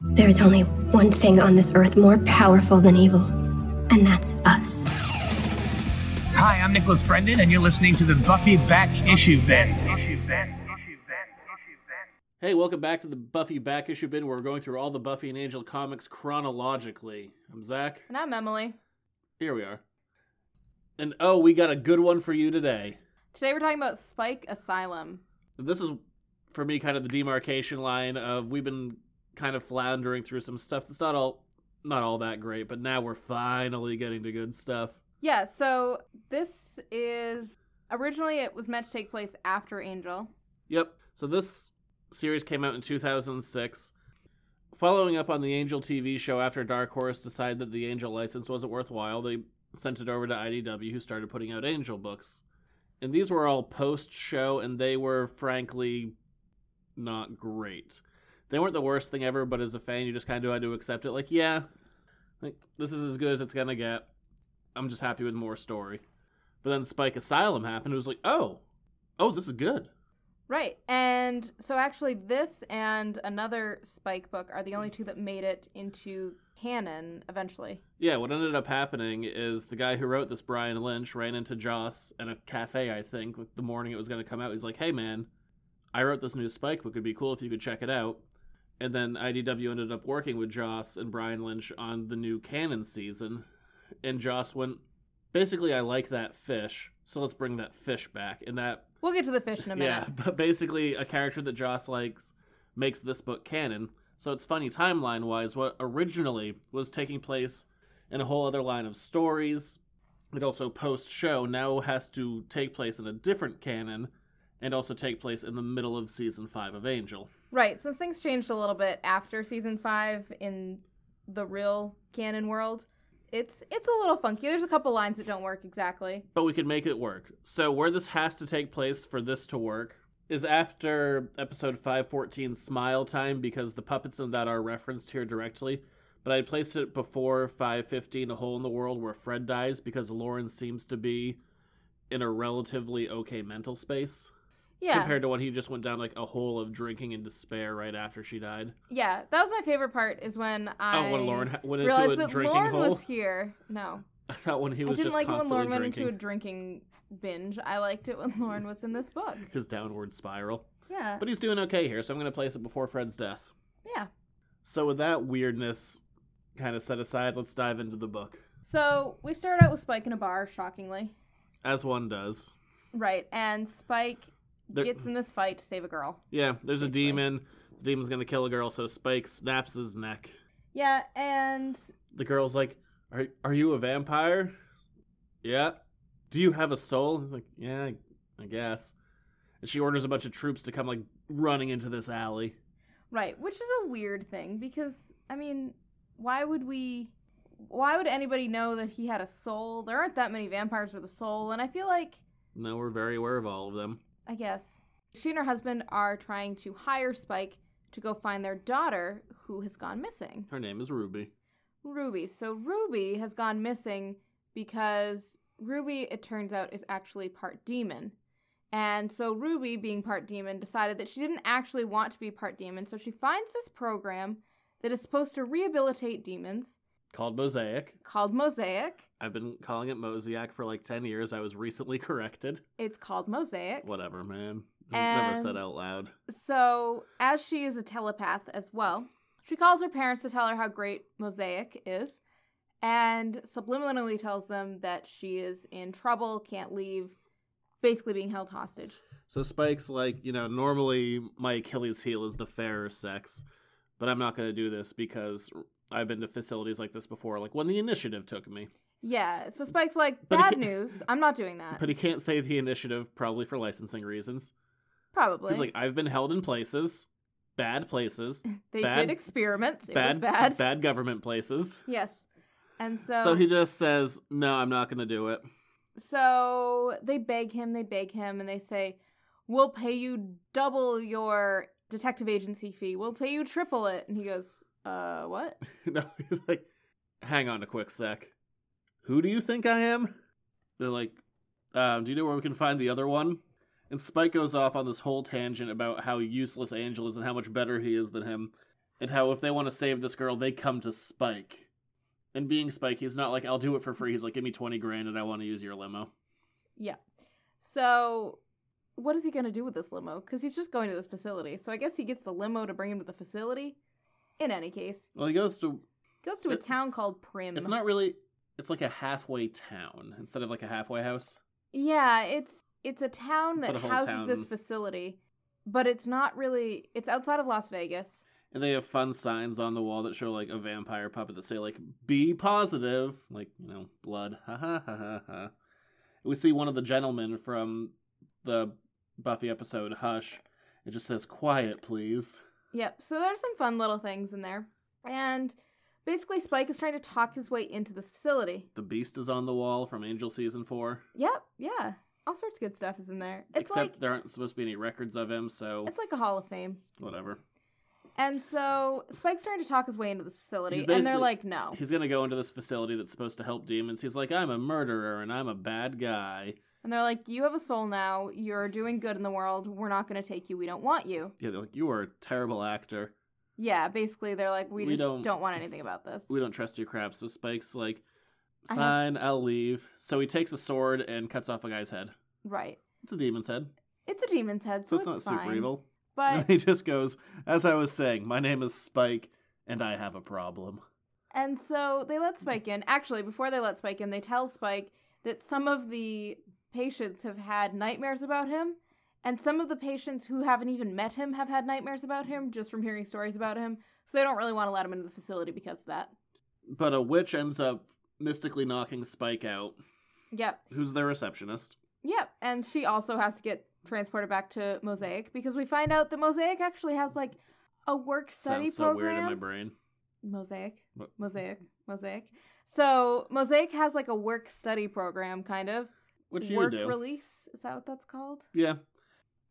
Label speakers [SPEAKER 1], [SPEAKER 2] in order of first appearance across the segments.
[SPEAKER 1] There is only one thing on this earth more powerful than evil, and that's us.
[SPEAKER 2] Hi, I'm Nicholas Brendan, and you're listening to the Buffy Back Issue Ben.
[SPEAKER 3] Hey, welcome back to the Buffy Back Issue Bin, where we're going through all the Buffy and Angel comics chronologically. I'm Zach.
[SPEAKER 4] And I'm Emily.
[SPEAKER 3] Here we are. And oh, we got a good one for you today.
[SPEAKER 4] Today we're talking about Spike Asylum.
[SPEAKER 3] This is, for me, kind of the demarcation line of we've been kind of floundering through some stuff that's not all not all that great, but now we're finally getting to good stuff.
[SPEAKER 4] Yeah, so this is originally it was meant to take place after Angel.
[SPEAKER 3] Yep. So this series came out in 2006. Following up on the Angel TV show after Dark Horse decided that the Angel license wasn't worthwhile, they sent it over to IDW, who started putting out Angel books. And these were all post show, and they were frankly not great. They weren't the worst thing ever, but as a fan, you just kind of had to accept it. Like, yeah, like, this is as good as it's going to get. I'm just happy with more story. But then Spike Asylum happened. It was like, oh, oh, this is good.
[SPEAKER 4] Right. And so actually this and another Spike book are the only two that made it into canon eventually.
[SPEAKER 3] Yeah, what ended up happening is the guy who wrote this, Brian Lynch, ran into Joss in a cafe, I think, like the morning it was going to come out. He's like, hey, man, I wrote this new Spike book. It'd be cool if you could check it out. And then IDW ended up working with Joss and Brian Lynch on the new canon season. And Joss went, basically, I like that fish, so let's bring that fish back. And that
[SPEAKER 4] We'll get to the fish in a minute.
[SPEAKER 3] yeah, but basically, a character that Joss likes makes this book canon. So it's funny timeline wise, what originally was taking place in a whole other line of stories, it also post show now has to take place in a different canon and also take place in the middle of season five of Angel.
[SPEAKER 4] Right. Since things changed a little bit after season five in the real canon world, it's it's a little funky. There's a couple lines that don't work exactly.
[SPEAKER 3] But we could make it work. So where this has to take place for this to work is after episode 514 smile time because the puppets in that are referenced here directly but i placed it before 515 a hole in the world where fred dies because lauren seems to be in a relatively okay mental space
[SPEAKER 4] Yeah.
[SPEAKER 3] compared to when he just went down like a hole of drinking and despair right after she died
[SPEAKER 4] yeah. That was my favorite part is when I
[SPEAKER 3] oh when lauren ha- went
[SPEAKER 4] realized
[SPEAKER 3] into a
[SPEAKER 4] that
[SPEAKER 3] drinking
[SPEAKER 4] Lauren
[SPEAKER 3] hole
[SPEAKER 4] was here. No.
[SPEAKER 3] i thought when he
[SPEAKER 4] I
[SPEAKER 3] was
[SPEAKER 4] didn't
[SPEAKER 3] just
[SPEAKER 4] like it when
[SPEAKER 3] constantly
[SPEAKER 4] Lauren went
[SPEAKER 3] drinking
[SPEAKER 4] into a drinking binge. I liked it when Lauren was in this book.
[SPEAKER 3] his downward spiral
[SPEAKER 4] Yeah.
[SPEAKER 3] but he's doing okay here so i'm going to place it before fred's death
[SPEAKER 4] yeah.
[SPEAKER 3] So with that weirdness kind of set aside, let's dive into the book.
[SPEAKER 4] So we start out with Spike in a bar, shockingly.
[SPEAKER 3] As one does.
[SPEAKER 4] Right. And Spike
[SPEAKER 3] There-
[SPEAKER 4] gets in this fight to save a girl.
[SPEAKER 3] Yeah, there's a
[SPEAKER 4] Basically.
[SPEAKER 3] demon. The demon's gonna kill a girl, so Spike snaps his neck.
[SPEAKER 4] Yeah, and
[SPEAKER 3] The girl's like, Are are you a vampire? Yeah. Do you have a soul? He's like, Yeah, I- I guess. And she orders a bunch of troops to come like running into this alley.
[SPEAKER 4] right, which is a weird thing because I mean, why would we why would anybody know that he had a soul? There aren't that many vampires with a soul, and I feel like
[SPEAKER 3] No, we're very aware of all of them.
[SPEAKER 4] I guess she and her husband are trying to hire Spike to go find their daughter who has gone missing.
[SPEAKER 3] Her name is Ruby.
[SPEAKER 4] Ruby. So Ruby has gone missing because Ruby, it turns out, is actually part demon. And so Ruby, being part demon, decided that she didn't actually want to be part demon. So she finds this program that is supposed to rehabilitate demons
[SPEAKER 3] Called Mosaic.
[SPEAKER 4] called Mosaic.
[SPEAKER 3] I've been calling it Mosaic for like ten years. I was recently corrected.
[SPEAKER 4] It's called Mosaic.
[SPEAKER 3] Whatever, man. This is never
[SPEAKER 4] And-
[SPEAKER 3] said out loud.
[SPEAKER 4] So, as she is a telepath as well, she calls her parents to tell her how great Mosaic is and subliminally tells them that she is in trouble, can't leave, basically being held hostage.
[SPEAKER 3] So Spike's like, you know, normally my Achilles heel is the fairer sex, but I'm not going to do this because I've been to facilities like this before, like when the initiative took me.
[SPEAKER 4] Yeah, so Spike's like,
[SPEAKER 3] But it
[SPEAKER 4] bad
[SPEAKER 3] ca-
[SPEAKER 4] news. I'm not doing that.
[SPEAKER 3] But he can't say the initiative, probably for licensing reasons.
[SPEAKER 4] Probably.
[SPEAKER 3] He's like, I've been held in places, bad places,
[SPEAKER 4] they
[SPEAKER 3] bad-
[SPEAKER 4] did experiments. It
[SPEAKER 3] bad,
[SPEAKER 4] was bad.
[SPEAKER 3] government places.
[SPEAKER 4] Yes. And so,
[SPEAKER 3] So, he just says, no, I'm not going to do it.
[SPEAKER 4] so they beg him, they beg him, and they say, We'll pay you double your detective agency fee. We'll pay you triple it. And he goes, Uh, what?
[SPEAKER 3] no, he's like, hang on a quick sec. Who do you think I am? They're like, um, do you know where we can find the other one? And Spike goes off on this whole tangent about how useless Angel is and how much better he is than him. and how if they want to save this girl, they come to Spike. And being Spike, he's not like, I'll do it for free. He's like, give me 20 grand and I want to use your limo.
[SPEAKER 4] Yeah. So, what is he going to do with this limo? Because he's just going to this facility. So, I guess he gets the limo to bring him to the facility. In any case,
[SPEAKER 3] Well, he goes to,
[SPEAKER 4] goes to a
[SPEAKER 3] It-
[SPEAKER 4] town called Prim.
[SPEAKER 3] it's not really, it's like a halfway town instead of like a halfway house.
[SPEAKER 4] Yeah, it's it's a town
[SPEAKER 3] But
[SPEAKER 4] that
[SPEAKER 3] a whole
[SPEAKER 4] houses this
[SPEAKER 3] town.
[SPEAKER 4] facility, but it's not really. It's outside of Las Vegas.
[SPEAKER 3] And they have fun signs on the wall that show like a vampire puppet that say like "Be positive," like you know, blood. Ha ha ha ha ha. We see one of the gentlemen from the Buffy episode "Hush." It just says "Quiet, please."
[SPEAKER 4] Yep. So there's some fun little things in there, and basically Spike is trying to talk his way into this facility.
[SPEAKER 3] The Beast is on the wall from Angel season four.
[SPEAKER 4] Yep. Yeah. All sorts of good stuff is in there. It's
[SPEAKER 3] Except
[SPEAKER 4] like
[SPEAKER 3] there aren't supposed to be any records of him, so
[SPEAKER 4] it's like a Hall of Fame.
[SPEAKER 3] whatever.
[SPEAKER 4] And so Spike's trying to talk his way into this facility,
[SPEAKER 3] He's
[SPEAKER 4] and they're
[SPEAKER 3] basically-
[SPEAKER 4] like, "No."
[SPEAKER 3] He's gonna go into this facility that's supposed to help demons. He's like, "I'm a murderer and I'm a bad guy."
[SPEAKER 4] And they're like, "You have a soul now. You're doing good in the world. We're not going to take you. We don't want you."
[SPEAKER 3] Yeah, they're like, "You are a terrible actor."
[SPEAKER 4] Yeah. Basically, they're like, "We,
[SPEAKER 3] We
[SPEAKER 4] just
[SPEAKER 3] don't-
[SPEAKER 4] don't... want anything about this."
[SPEAKER 3] we don't trust your crap. So Spike's like,
[SPEAKER 4] I have-
[SPEAKER 3] fine, I'll leave. So he takes a sword and cuts off a guy's head.
[SPEAKER 4] Right.
[SPEAKER 3] It's a demon's head,
[SPEAKER 4] It's a demon's head,
[SPEAKER 3] so
[SPEAKER 4] so,
[SPEAKER 3] it's not
[SPEAKER 4] fine.
[SPEAKER 3] super evil.
[SPEAKER 4] But
[SPEAKER 3] he just goes, as I was saying, my name is Spike, and I have a problem.
[SPEAKER 4] and so they let Spike in. Actually, before they let Spike in, they tell Spike that some of the patients have had nightmares about him, and some of the patients who haven't even met him have had nightmares about him just from hearing stories about him. So they don't really want to let him into the facility because of that.
[SPEAKER 3] But a witch ends up mystically knocking Spike out,
[SPEAKER 4] Yep.
[SPEAKER 3] who's their receptionist.
[SPEAKER 4] Yep. And she also has to get transported back to Mosaic because we find out that Mosaic actually has like a work study
[SPEAKER 3] Sounds so
[SPEAKER 4] program.
[SPEAKER 3] weird in my brain.
[SPEAKER 4] Mosaic.
[SPEAKER 3] What?
[SPEAKER 4] Mosaic. Mosaic. So Mosaic has like a work study program, kind of.
[SPEAKER 3] Which you
[SPEAKER 4] work
[SPEAKER 3] do.
[SPEAKER 4] release. Is that what that's called?
[SPEAKER 3] yeah.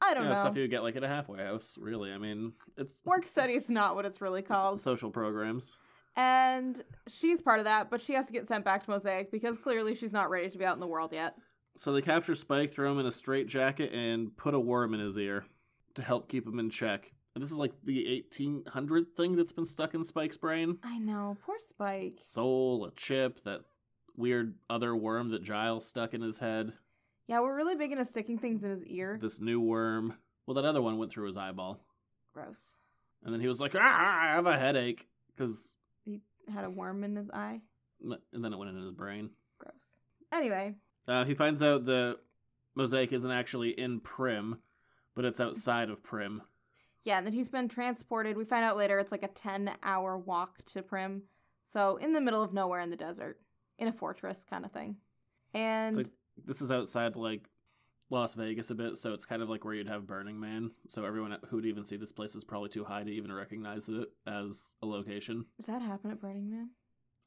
[SPEAKER 4] I don't
[SPEAKER 3] yeah,
[SPEAKER 4] know.
[SPEAKER 3] stuff you get like at a halfway house, really. I mean, it's
[SPEAKER 4] Work study is not what it's really
[SPEAKER 3] s-
[SPEAKER 4] called.
[SPEAKER 3] social programs.
[SPEAKER 4] And she's part of that, but she has to get sent back to Mosaic because clearly she's not ready to be out in the world yet.
[SPEAKER 3] So they capture Spike, throw him in a straitjacket, and put a worm in his ear to help keep him in check. And this is like the 1800 thing that's been stuck in Spike's brain.
[SPEAKER 4] I know. Poor Spike.
[SPEAKER 3] Soul, a chip, that weird other worm that Giles stuck in his head,
[SPEAKER 4] Yeah, we're really big into sticking things in his ear.
[SPEAKER 3] this new worm. Well, that other one went through his eyeball.
[SPEAKER 4] Gross.
[SPEAKER 3] And then he was like, ah, I have a headache. Because,
[SPEAKER 4] Had a worm in his eye.
[SPEAKER 3] and then it went into his brain.
[SPEAKER 4] Gross. Anyway,
[SPEAKER 3] Uh, he finds out the mosaic isn't actually in Prim, but it's outside of Prim.
[SPEAKER 4] Yeah, and then he's been transported. We find out later it's like a 10 hour walk to Prim. So, in the middle of nowhere in the desert, in a fortress kind of thing. And
[SPEAKER 3] like- this is outside like Las Vegas a bit, so it's kind of like where you'd have Burning Man. So everyone who would even see this place is probably too high to even recognize it as a location.
[SPEAKER 4] does that happen at Burning Man?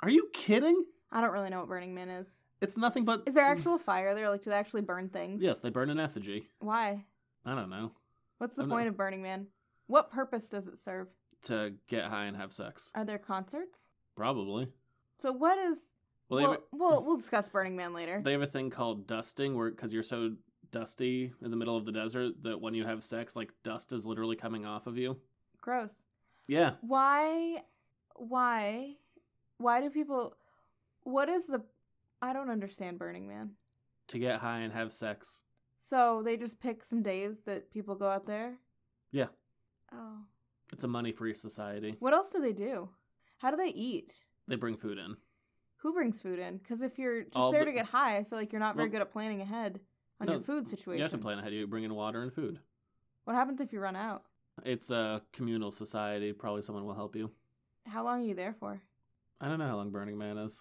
[SPEAKER 3] Are you kidding?
[SPEAKER 4] I don't really know what Burning Man is.
[SPEAKER 3] It's nothing but. Mm.
[SPEAKER 4] Is there actual fire there? Like, do they actually burn things?
[SPEAKER 3] Yes, they burn an effigy.
[SPEAKER 4] Why?
[SPEAKER 3] I don't know
[SPEAKER 4] What's the
[SPEAKER 3] I'm not-
[SPEAKER 4] point of Burning Man? What purpose does it serve?
[SPEAKER 3] to get high and have sex.
[SPEAKER 4] Are there concerts?
[SPEAKER 3] Probably.
[SPEAKER 4] So, what is.
[SPEAKER 3] Well, they,
[SPEAKER 4] Well,
[SPEAKER 3] have,
[SPEAKER 4] we'll, we'll discuss Burning Man later.
[SPEAKER 3] a, they have a thing called dusting, where because you're so dusty in the middle of the desert that when you have sex, like dust is literally coming off of you.
[SPEAKER 4] Gross.
[SPEAKER 3] Yeah,
[SPEAKER 4] why why why do people what is the i don't understand burning man
[SPEAKER 3] to get high and have sex.
[SPEAKER 4] so they just pick some days that people go out there
[SPEAKER 3] Yeah.
[SPEAKER 4] oh
[SPEAKER 3] It's a money-free society.
[SPEAKER 4] what else do they do how do they eat
[SPEAKER 3] They bring food in.
[SPEAKER 4] who brings food in because if you're just
[SPEAKER 3] All
[SPEAKER 4] there
[SPEAKER 3] the-
[SPEAKER 4] to get high i feel like you're not very
[SPEAKER 3] Well-
[SPEAKER 4] good at planning ahead on
[SPEAKER 3] No,
[SPEAKER 4] your food situation
[SPEAKER 3] You have to plan ahead. You bring in water and food.
[SPEAKER 4] what happens if you run out
[SPEAKER 3] It's a communal society. Probably someone will help you.
[SPEAKER 4] how long are you there for
[SPEAKER 3] I don't know how long Burning Man is.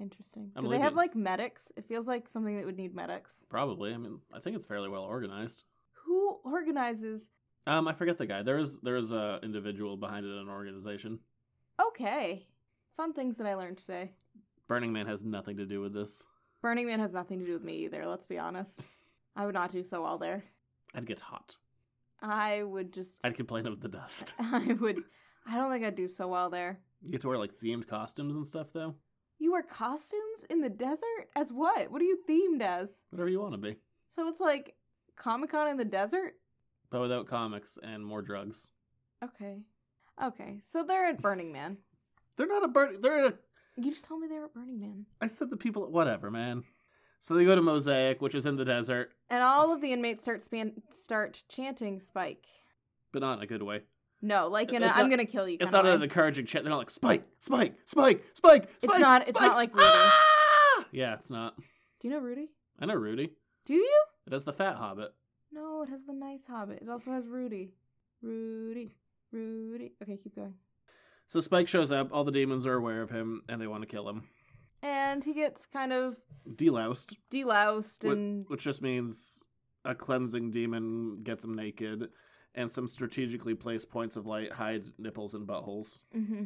[SPEAKER 4] interesting
[SPEAKER 3] I'm
[SPEAKER 4] do they have
[SPEAKER 3] leaving.
[SPEAKER 4] like medics it feels like something that would need medics
[SPEAKER 3] Probably. I mean, I think it's fairly well organized.
[SPEAKER 4] who organizes
[SPEAKER 3] Um, I forget the guy. There is there is a individual behind it in an organization.
[SPEAKER 4] okay fun things that i learned today
[SPEAKER 3] Burning Man has nothing to do with this.
[SPEAKER 4] Burning Man has nothing to do with me either, let's be honest. I would not do so well there.
[SPEAKER 3] I'd get hot.
[SPEAKER 4] I would just
[SPEAKER 3] I'd complain of the dust.
[SPEAKER 4] I would I don't think I'd do so well there.
[SPEAKER 3] You get to wear like themed costumes and stuff though.
[SPEAKER 4] You wear costumes in the desert? As what? What are you themed as?
[SPEAKER 3] Whatever you want to be,
[SPEAKER 4] So it's like Comic Con in the desert?
[SPEAKER 3] but without comics and more drugs.
[SPEAKER 4] Okay. Okay, so they're at Burning Man.
[SPEAKER 3] They're not a burning. They're. A,
[SPEAKER 4] You just told me they were at Burning Man.
[SPEAKER 3] I said the people. Whatever, man. So they go to Mosaic, which is in the desert,
[SPEAKER 4] And all of the inmates start span- start chanting Spike.
[SPEAKER 3] but not in a good way.
[SPEAKER 4] No, like in a,
[SPEAKER 3] It's
[SPEAKER 4] I'm
[SPEAKER 3] not-
[SPEAKER 4] gonna kill you.
[SPEAKER 3] It's
[SPEAKER 4] kinda
[SPEAKER 3] not an
[SPEAKER 4] way.
[SPEAKER 3] encouraging chant. They're not like Spike, Spike, Spike, Spike, Spike.
[SPEAKER 4] not- it's not
[SPEAKER 3] Spike,
[SPEAKER 4] like Rudy.
[SPEAKER 3] "Ah!" Yeah, it's not.
[SPEAKER 4] Do you know Rudy?
[SPEAKER 3] I know Rudy.
[SPEAKER 4] Do you?
[SPEAKER 3] It has the fat hobbit.
[SPEAKER 4] No, it has the nice Hobbit. It also has Rudy. Rudy. Rudy. Okay, keep going.
[SPEAKER 3] So Spike shows up. All the demons are aware of him, and they want to kill him.
[SPEAKER 4] And he gets kind of
[SPEAKER 3] Deloused,
[SPEAKER 4] deloused
[SPEAKER 3] What-
[SPEAKER 4] and
[SPEAKER 3] which just means a cleansing demon gets him naked, and some strategically placed points of light hide nipples and buttholes.
[SPEAKER 4] hmm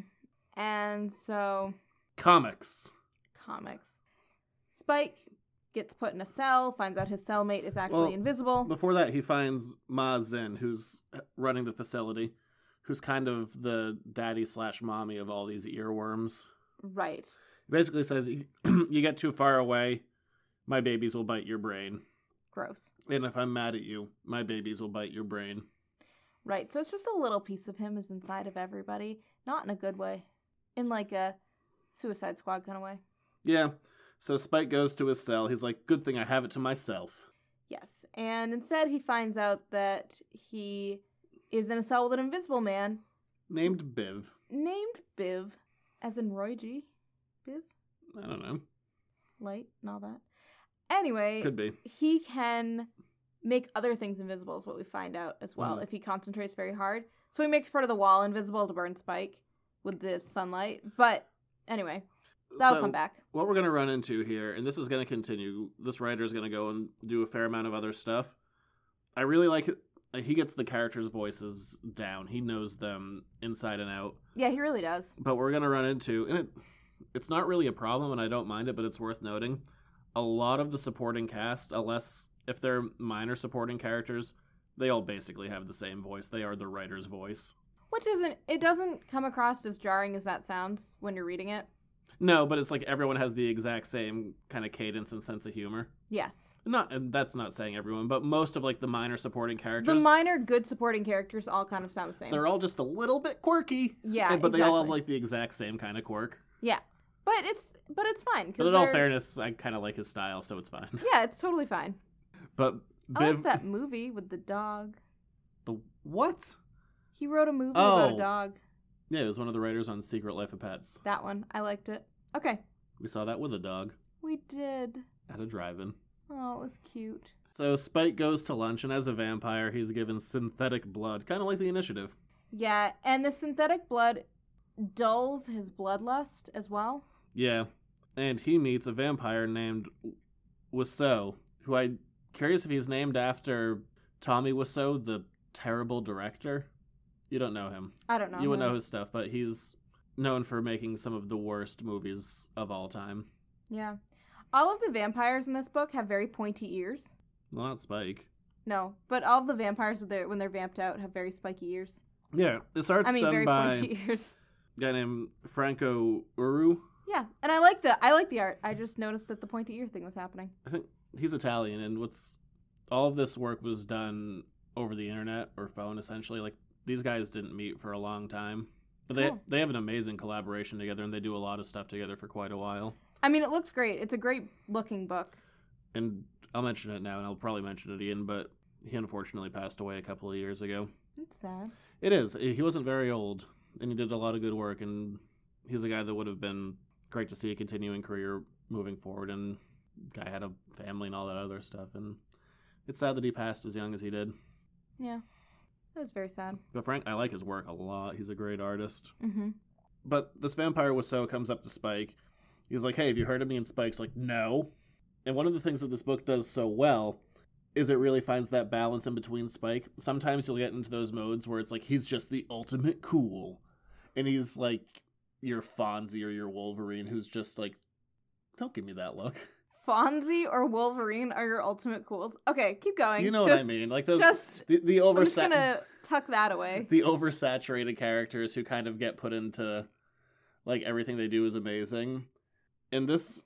[SPEAKER 4] and so
[SPEAKER 3] Comics.
[SPEAKER 4] comics. Spike gets put in a cell. Finds out his cellmate is actually
[SPEAKER 3] Well,
[SPEAKER 4] invisible.
[SPEAKER 3] Before that, he finds Ma Zen, who's uh, running the facility, who's kind of the daddy slash mommy of all these earworms.
[SPEAKER 4] right.
[SPEAKER 3] He basically says, "You get too far away, my babies will bite your brain,
[SPEAKER 4] Gross.
[SPEAKER 3] and if I'm mad at you, my babies will bite your brain."
[SPEAKER 4] Right. So it's just a little piece of him is inside of everybody, not in a good way, in like a Suicide Squad kind of way.
[SPEAKER 3] Yeah. So Spike goes to his cell. He's like, "Good thing I have it to myself."
[SPEAKER 4] Yes. And instead, he finds out that he is in a cell with an invisible man
[SPEAKER 3] Named Biv.
[SPEAKER 4] named Biv, as in Roy G. Biv?
[SPEAKER 3] I don't know.
[SPEAKER 4] Light and all that. Anyway,
[SPEAKER 3] Could be.
[SPEAKER 4] he can make other things invisible, is what we find out as well,
[SPEAKER 3] Mhm.
[SPEAKER 4] if he concentrates very hard. So he makes part of the wall invisible to burn Spike with the sunlight. But anyway, that'll
[SPEAKER 3] So-
[SPEAKER 4] come back.
[SPEAKER 3] what we're going to run into here, and this is going to continue. This writer is going to go and do a fair amount of other stuff. I really like it. like, He gets the characters' voices down. He knows them inside and out.
[SPEAKER 4] Yeah, he really does.
[SPEAKER 3] But we're going to run into, and it, it's not really a problem, and I don't mind it, but it's worth noting. A lot of the supporting cast, unless if they're minor supporting characters, they all basically have the same voice. They are the writer's voice.
[SPEAKER 4] Which isn't, it doesn't come across as jarring as that sounds when you're reading it.
[SPEAKER 3] No, but it's like everyone has the exact same kind of cadence and sense of humor.
[SPEAKER 4] Yes.
[SPEAKER 3] not and that's not saying everyone but most of like the minor supporting
[SPEAKER 4] The
[SPEAKER 3] characters
[SPEAKER 4] minor good supporting characters all kind of sound the same.
[SPEAKER 3] they're all just a little bit quirky
[SPEAKER 4] Yeah,
[SPEAKER 3] and- but they all have
[SPEAKER 4] exactly.
[SPEAKER 3] like the exact same kind of quirk
[SPEAKER 4] Yeah, but it's but it's fine. 'cause
[SPEAKER 3] but in all
[SPEAKER 4] they're-
[SPEAKER 3] fairness i kind of like his style so it's fine
[SPEAKER 4] yeah, it's totally fine.
[SPEAKER 3] but
[SPEAKER 4] I
[SPEAKER 3] biv
[SPEAKER 4] liked that movie with the dog.
[SPEAKER 3] the what
[SPEAKER 4] He wrote a movie about
[SPEAKER 3] Oh.
[SPEAKER 4] a dog.
[SPEAKER 3] yeah it was one of the writers on secret life of pets
[SPEAKER 4] That one, I liked it. Okay,
[SPEAKER 3] we saw that with a dog
[SPEAKER 4] we did.
[SPEAKER 3] at a drive-in
[SPEAKER 4] Oh, it was cute.
[SPEAKER 3] so spike goes to lunch and as a vampire he's given synthetic blood kind of like the initiative
[SPEAKER 4] Yeah, and the synthetic blood dulls his bloodlust as well.
[SPEAKER 3] yeah and he meets a vampire named Wiseau, who I curious if he's named after Tommy Wiseau, the terrible director. You don't know him.
[SPEAKER 4] I don't know.
[SPEAKER 3] you wouldn't
[SPEAKER 4] him.
[SPEAKER 3] know his stuff, but he's known for making some of the worst movies of all time.
[SPEAKER 4] Yeah, all of the vampires in this book have very pointy ears.
[SPEAKER 3] Well, not Spike.
[SPEAKER 4] No, but all of the vampires with their, when they're vamped out have very spiky ears.
[SPEAKER 3] Yeah, it starts
[SPEAKER 4] I mean,
[SPEAKER 3] done
[SPEAKER 4] very
[SPEAKER 3] by a
[SPEAKER 4] pointy ears.
[SPEAKER 3] guy named Franco Uru.
[SPEAKER 4] Yeah, and I like the I like the art. I just noticed that the pointy ear thing was happening.
[SPEAKER 3] I think he's Italian, and what's all of this work was done over the internet or phone, essentially. Like these guys didn't meet for a long time, but they
[SPEAKER 4] Cool.
[SPEAKER 3] they have an amazing collaboration together, and they do a lot of stuff together for quite a while.
[SPEAKER 4] I mean, it looks great. It's a great looking book.
[SPEAKER 3] And I'll mention it now, and I'll probably mention it again, but he unfortunately passed away a couple of years ago.
[SPEAKER 4] It's sad.
[SPEAKER 3] It is. He wasn't very old, and he did a lot of good work, and he's a guy that would have been great to see a continuing career moving forward. And guy had a family and all that other stuff, and it's sad that he passed as young as he did.
[SPEAKER 4] Yeah, it was very sad.
[SPEAKER 3] But Frank, I like his work a lot. He's a great artist.
[SPEAKER 4] Mm-hmm.
[SPEAKER 3] But this vampire Wiseau comes up to Spike. He's like, "Hey, have you heard of me?" And Spike's like, "No." And one of the things that this book does so well is it really finds that balance in between Spike. Sometimes you'll get into those modes where it's like he's just the ultimate cool, and he's like your Fonzie or your Wolverine, who's just like, "Don't give me that look."
[SPEAKER 4] Fonzie or Wolverine are your ultimate cools. Okay, keep going.
[SPEAKER 3] You know what I
[SPEAKER 4] Just-
[SPEAKER 3] mean? Like those
[SPEAKER 4] Just
[SPEAKER 3] the the
[SPEAKER 4] I'm just
[SPEAKER 3] oversat
[SPEAKER 4] gonna tuck that away.
[SPEAKER 3] the oversaturated characters who kind of get put into like everything they do is amazing. And this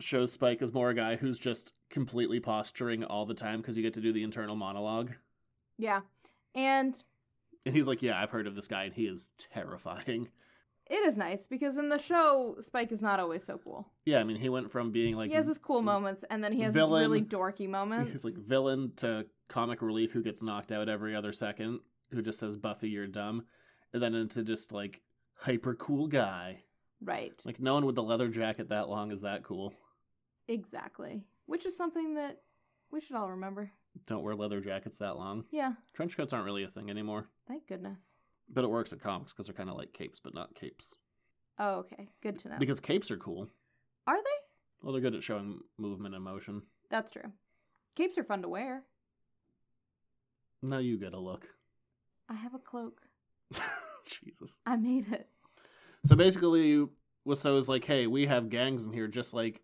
[SPEAKER 3] shows Spike is more a guy who's just completely posturing all the time because you get to do the internal monologue.
[SPEAKER 4] Yeah, and
[SPEAKER 3] And he's like, "Yeah, I've heard of this guy, and he is terrifying."
[SPEAKER 4] It is nice because in the show, Spike is not always so cool.
[SPEAKER 3] Yeah, I mean, he went from being like
[SPEAKER 4] he has his cool moments, and then he has
[SPEAKER 3] villain.
[SPEAKER 4] his really dorky moments.
[SPEAKER 3] he's like villain to comic relief who gets knocked out every other second, who just says, "Buffy, you're dumb," and then into just like hyper cool guy.
[SPEAKER 4] right,
[SPEAKER 3] Like no one with the leather jacket that long is that cool.
[SPEAKER 4] exactly. Which is something that we should all remember.
[SPEAKER 3] Don't wear leather jackets that long.
[SPEAKER 4] Yeah,
[SPEAKER 3] Trench coats aren't really a thing anymore,
[SPEAKER 4] thank goodness.
[SPEAKER 3] but it works at comics because they're kind of like capes, but not capes.
[SPEAKER 4] Oh, okay, good to know.
[SPEAKER 3] Because capes are cool.
[SPEAKER 4] Are they?
[SPEAKER 3] Well, they're good at showing movement and motion.
[SPEAKER 4] That's true. Capes are fun to wear.
[SPEAKER 3] Now you get a look.
[SPEAKER 4] I have a cloak.
[SPEAKER 3] Jesus.
[SPEAKER 4] I made it.
[SPEAKER 3] So basically, Wisso's like, hey, we have gangs in here just like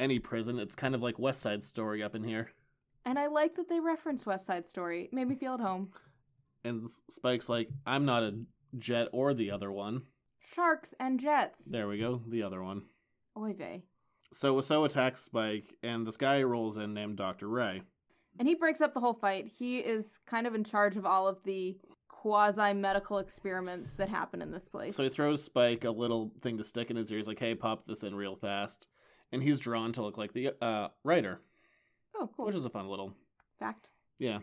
[SPEAKER 3] any prison. It's kind of like West Side Story up in here.
[SPEAKER 4] And I like that they referenced West Side Story. It made me feel at home.
[SPEAKER 3] And S- Spike's like, I'm not a jet or the other one.
[SPEAKER 4] Sharks and jets.
[SPEAKER 3] There we go, the other one.
[SPEAKER 4] Oy vey.
[SPEAKER 3] So Wisso attacks Spike, and this guy rolls in named Dr. Ray.
[SPEAKER 4] And he breaks up the whole fight. He is kind of in charge of all of the quasi medical experiments that happen in this place.
[SPEAKER 3] So he throws Spike a little thing to stick in his ear. He's like, hey, pop this in real fast. And he's drawn to look like the uh, writer,
[SPEAKER 4] oh, cool.
[SPEAKER 3] which is a fun little,
[SPEAKER 4] fact.
[SPEAKER 3] yeah.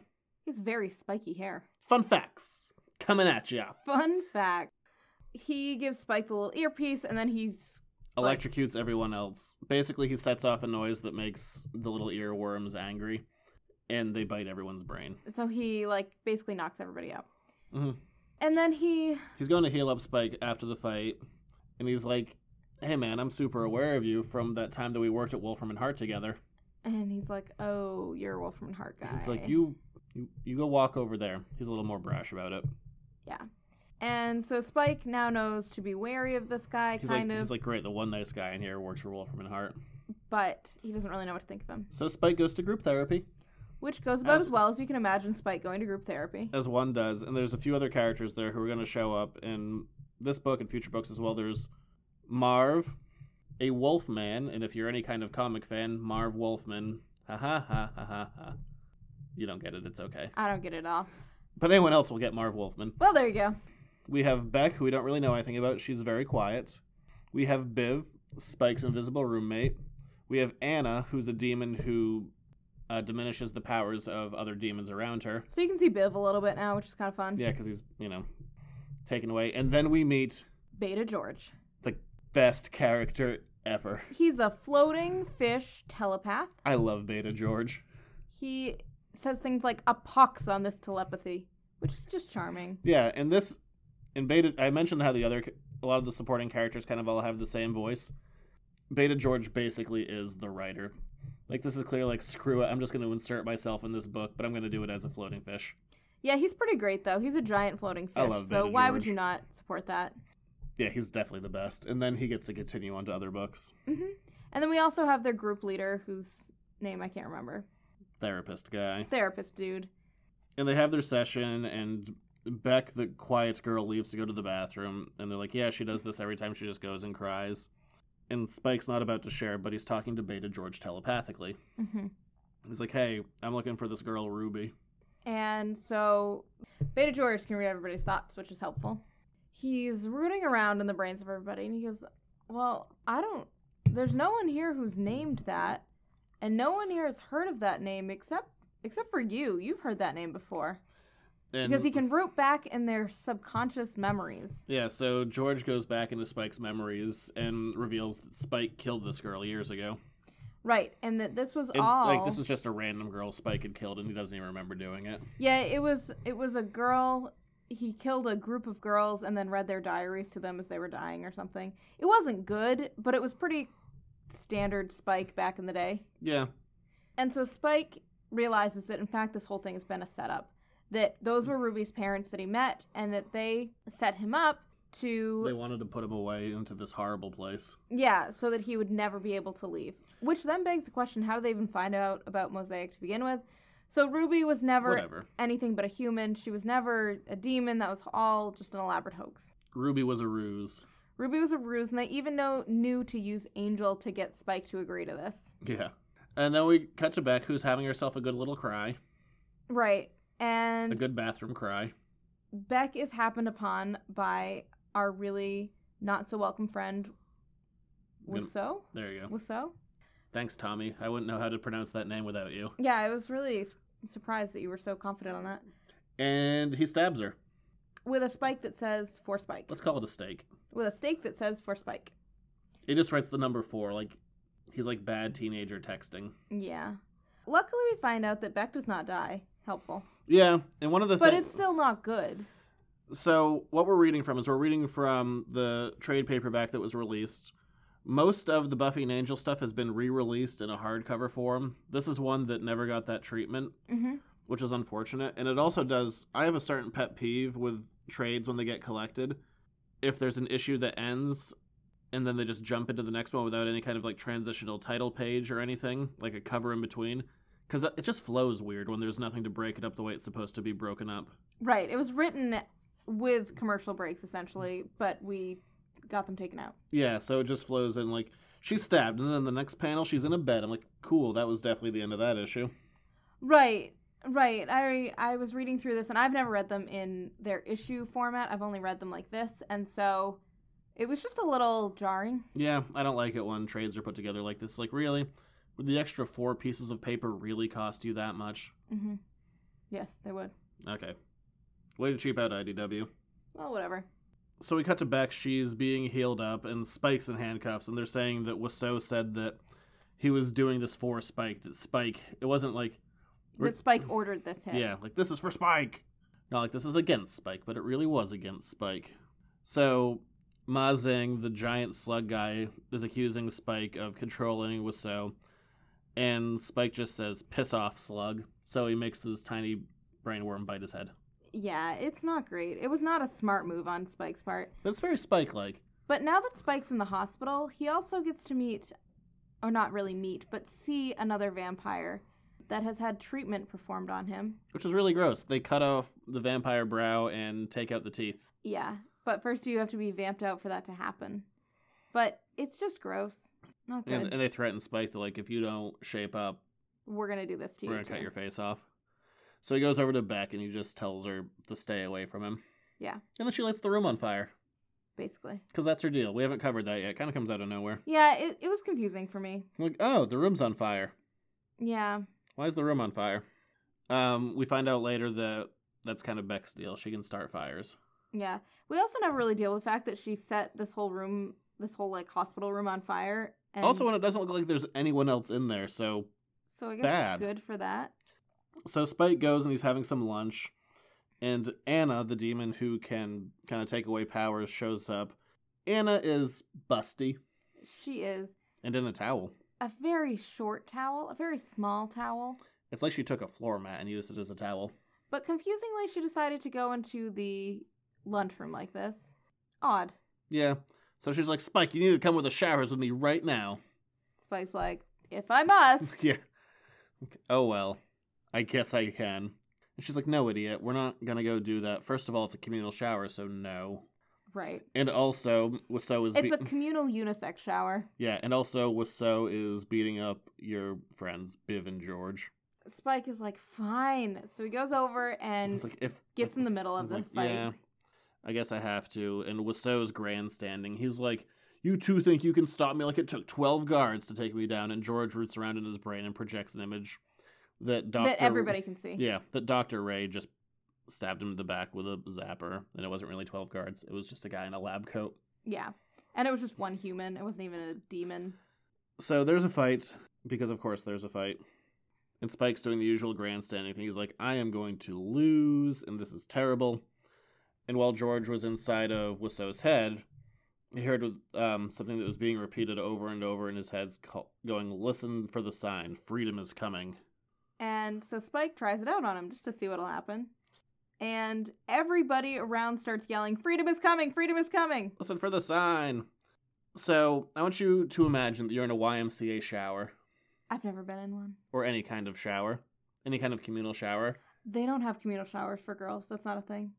[SPEAKER 4] He has very spiky hair.
[SPEAKER 3] Fun facts coming at ya.
[SPEAKER 4] Fun fact. He gives Spike the little earpiece and then he's Like-
[SPEAKER 3] electrocutes everyone else. Basically, he sets off a noise that makes the little earworms angry, and they bite everyone's brain.
[SPEAKER 4] so he like basically knocks everybody out.
[SPEAKER 3] Mhm.
[SPEAKER 4] And then he
[SPEAKER 3] He's going to heal up Spike after the fight, and he's like, "Hey, man, I'm super aware of you from that time that we worked at Wolfram and Hart together."
[SPEAKER 4] and he's like, "Oh, you're a Wolfram and Hart guy."
[SPEAKER 3] He's like, "You, you, you go walk over there." He's a little more brash about it.
[SPEAKER 4] And so Spike now knows to be wary of this guy,
[SPEAKER 3] He's
[SPEAKER 4] kind
[SPEAKER 3] like,
[SPEAKER 4] of,
[SPEAKER 3] he's like, "Great, the one nice guy in here works for Wolfram and Hart."
[SPEAKER 4] but he doesn't really know what to think of him.
[SPEAKER 3] So Spike goes to group therapy,
[SPEAKER 4] Which goes about
[SPEAKER 3] As-
[SPEAKER 4] as, well as you can imagine Spike going to group therapy.
[SPEAKER 3] as one does, and there's a few other characters there who are going to show up in this book and future books as well. There's Marv, a wolf man, and if you're any kind of comic fan, Marv Wolfman. Ha ha ha ha ha ha. You don't get it, it's okay.
[SPEAKER 4] I don't get it all.
[SPEAKER 3] But anyone else will get Marv Wolfman.
[SPEAKER 4] Well, there you go.
[SPEAKER 3] We have Beck, who we don't really know anything about. She's very quiet. We have Biv, Spike's invisible roommate. We have Anna, who's a demon who uh, diminishes the powers of other demons around her.
[SPEAKER 4] So you can see Biv a little bit now, which is kind of fun.
[SPEAKER 3] Yeah, because he's, you know, taken away. And then we meet
[SPEAKER 4] Beta George.
[SPEAKER 3] the best character ever.
[SPEAKER 4] He's a floating fish telepath.
[SPEAKER 3] I love Beta George.
[SPEAKER 4] He says things like a pox on this telepathy, which is just charming.
[SPEAKER 3] Yeah, and this, in Beta, I mentioned how the other, a lot of the supporting characters kind of all have the same voice. Beta George basically is the writer. Like, this is clear, like, screw it, I'm just going to insert myself in this book, but I'm going to do it as a floating fish.
[SPEAKER 4] Yeah, he's pretty great though. He's a giant floating fish.
[SPEAKER 3] I love
[SPEAKER 4] so
[SPEAKER 3] Beta
[SPEAKER 4] why would
[SPEAKER 3] George.
[SPEAKER 4] you not support that?
[SPEAKER 3] Yeah, he's definitely the best. And then he gets to continue on to other books.
[SPEAKER 4] And then we also have their group leader, whose name I can't remember.
[SPEAKER 3] Therapist guy.
[SPEAKER 4] Therapist dude.
[SPEAKER 3] and they have their session and beck the quiet girl leaves to go to the bathroom and they're like yeah she does this every time she just goes and cries and spike's not about to share but he's talking to beta george telepathically
[SPEAKER 4] hmm
[SPEAKER 3] he's like hey i'm looking for this girl ruby
[SPEAKER 4] And so Beta George can read everybody's thoughts, which is helpful. He's rooting around in the brains of everybody and he goes, Well, I don't, there's no one here who's named that. And no one here has heard of that name except except for you. You've heard that name before.
[SPEAKER 3] and
[SPEAKER 4] Because he can root back in their subconscious memories.
[SPEAKER 3] yeah so george goes back into spike's memories and reveals that spike killed this girl years ago
[SPEAKER 4] Right. And that this was
[SPEAKER 3] and
[SPEAKER 4] all.
[SPEAKER 3] like this was just a random girl spike had killed and he doesn't even remember doing it
[SPEAKER 4] Yeah, it was it was a girl. He killed a group of girls and then read their diaries to them as they were dying or something. It wasn't good, but it was pretty standard Spike back in the day.
[SPEAKER 3] yeah
[SPEAKER 4] And so Spike realizes that in fact this whole thing has been a setup. That those were Ruby's parents that he met and that they set him up
[SPEAKER 3] they
[SPEAKER 4] to
[SPEAKER 3] wanted to put him away into this horrible place
[SPEAKER 4] yeah, so that he would never be able to leave. Which then begs the question, how do they even find out about Mosaic to begin with? So Ruby was never
[SPEAKER 3] whatever
[SPEAKER 4] anything but a human. She was never a demon. That was all just an elaborate hoax.
[SPEAKER 3] ruby was a ruse
[SPEAKER 4] Ruby was a ruse, and they even know, knew to use Angel to get Spike to agree to this.
[SPEAKER 3] Yeah. And then we cut to Beck, who's having herself a good little cry,
[SPEAKER 4] Right.
[SPEAKER 3] a
[SPEAKER 4] And
[SPEAKER 3] good bathroom cry.
[SPEAKER 4] Beck is happened upon by our really not so welcome friend Wisso.
[SPEAKER 3] There you go.
[SPEAKER 4] Wisso?
[SPEAKER 3] Thanks, Tommy. I wouldn't know how to pronounce that name without you.
[SPEAKER 4] Yeah, I was really s- surprised that you were so confident on that.
[SPEAKER 3] And he stabs her.
[SPEAKER 4] With a spike that says for spike.
[SPEAKER 3] Let's call it a stake.
[SPEAKER 4] With a stake that says for spike.
[SPEAKER 3] He just writes the number four, like he's like bad teenager texting.
[SPEAKER 4] Yeah. Luckily, we find out that Beck does not die. Helpful.
[SPEAKER 3] Yeah, and one of the
[SPEAKER 4] But
[SPEAKER 3] things.
[SPEAKER 4] it's still not good.
[SPEAKER 3] So what we're reading from is we're reading from the trade paperback that was released. Most of the Buffy and Angel stuff has been re-released in a hardcover form. This is one that never got that treatment,
[SPEAKER 4] hmm
[SPEAKER 3] which is unfortunate. And it also does. I have a certain pet peeve with trades when they get collected. If there's an issue that ends, and then they just jump into the next one without any kind of like transitional title page or anything, like a cover in between, because it just flows weird when there's nothing to break it up the way it's supposed to be broken up.
[SPEAKER 4] Right. It was written with commercial breaks, essentially, but we got them taken out.
[SPEAKER 3] Yeah, so it just flows in like she's stabbed, and then the next panel she's in a bed. I'm like, cool, that was definitely the end of that issue.
[SPEAKER 4] Right. Right. I I was reading through this and I've never read them in their issue format. I've only read them like this, and so it was just a little jarring.
[SPEAKER 3] Yeah, I don't like it when trades are put together like this. Like, really, would the extra four pieces of paper really cost you that much?
[SPEAKER 4] Mm-hmm. Yes, they would.
[SPEAKER 3] Okay, way to cheap out IDW.
[SPEAKER 4] Well, whatever.
[SPEAKER 3] So we cut to Beck. She's being healed up and Spike's in handcuffs, and they're saying that Wasso said that he was doing this for Spike. That Spike, it wasn't like We're-
[SPEAKER 4] That Spike ordered this hit.
[SPEAKER 3] Yeah, like this is for Spike. Not like this is against Spike, but it really was against Spike. So Ma Zing, the giant slug guy, is accusing Spike of controlling Wiso, and Spike just says, "Piss off, slug." So he makes this tiny brain worm bite his head.
[SPEAKER 4] Yeah, it's not great. It was not a smart move on Spike's part.
[SPEAKER 3] But it's very Spike-like.
[SPEAKER 4] But now that Spike's in the hospital, he also gets to meet, or not really meet, but see another vampire that has had treatment performed on him.
[SPEAKER 3] Which is really gross. They cut off the vampire brow and take out the teeth.
[SPEAKER 4] Yeah, but first you have to be vamped out for that to happen. But it's just gross. Not good.
[SPEAKER 3] And, and they threaten Spike to, like, if you don't shape up,
[SPEAKER 4] We're gonna do this to you.
[SPEAKER 3] we're going to cut
[SPEAKER 4] too.
[SPEAKER 3] your face off. So he goes over to Beck and he just tells her to stay away from him.
[SPEAKER 4] Yeah,
[SPEAKER 3] And then she lights the room on fire.
[SPEAKER 4] basically.
[SPEAKER 3] Because that's her deal. We haven't covered that yet. It kind of comes out of nowhere.
[SPEAKER 4] Yeah, it, it was confusing for me.
[SPEAKER 3] Like, oh, the room's on fire.
[SPEAKER 4] Yeah,
[SPEAKER 3] Why is the room on fire? Um, we find out later that that's kind of Beck's deal. She can start fires.
[SPEAKER 4] yeah. We also never really deal with the fact that she set this whole room, this whole like hospital room on fire. And
[SPEAKER 3] Also, when it doesn't look like there's anyone else in there, so
[SPEAKER 4] so I guess
[SPEAKER 3] bad.
[SPEAKER 4] good for that.
[SPEAKER 3] so Spike goes and he's having some lunch, and Anna, the demon who can kind of take away powers, shows up. Anna is busty
[SPEAKER 4] She is
[SPEAKER 3] and in a towel.
[SPEAKER 4] a very short towel, a very small towel.
[SPEAKER 3] It's like she took a floor mat and used it as a towel.
[SPEAKER 4] But confusingly, she decided to go into the lunchroom like this. Odd.
[SPEAKER 3] Yeah. So she's like, Spike, you need to come with the showers with me right now.
[SPEAKER 4] Spike's like, if I must.
[SPEAKER 3] yeah. Okay, Oh well, I guess I can. And she's like, "No, idiot. We're not gonna go do that. First of all, it's a communal shower, so no.
[SPEAKER 4] Right.
[SPEAKER 3] And also, Wasso is
[SPEAKER 4] It's
[SPEAKER 3] be-
[SPEAKER 4] a communal unisex shower.
[SPEAKER 3] yeah. And also, Wasso is beating up your friends Biv and George.
[SPEAKER 4] Spike is like, fine. So he goes over and
[SPEAKER 3] It's like if
[SPEAKER 4] gets in the middle of
[SPEAKER 3] it's
[SPEAKER 4] the
[SPEAKER 3] like,
[SPEAKER 4] fight.
[SPEAKER 3] yeah, I guess I have to. And Wasso's grandstanding. He's like. You two think you can stop me like it took 12 guards to take me down, and George roots around in his brain and projects an image that Dr.
[SPEAKER 4] That everybody can see.
[SPEAKER 3] Yeah, that Dr. Ray just stabbed him in the back with a zapper, and it wasn't really 12 guards. It was just a guy in a lab coat.
[SPEAKER 4] Yeah. And it was just one human. It wasn't even a demon.
[SPEAKER 3] So there's a fight, because of course there's a fight. And Spike's doing the usual grandstanding thing. He's like, I am going to lose, and this is terrible. And while George was inside of Wisso's head, he heard um, something that was being repeated over and over in his head call- going, Listen for the sign. Freedom is coming.
[SPEAKER 4] And so Spike tries it out on him just to see what'll happen. And everybody around starts yelling, Freedom is coming! Freedom is coming!
[SPEAKER 3] Listen for the sign. So I want you to imagine that you're in a YMCA shower.
[SPEAKER 4] I've never been in one.
[SPEAKER 3] or any kind of shower, any kind of communal shower.
[SPEAKER 4] They don't have communal showers for girls. That's not a thing.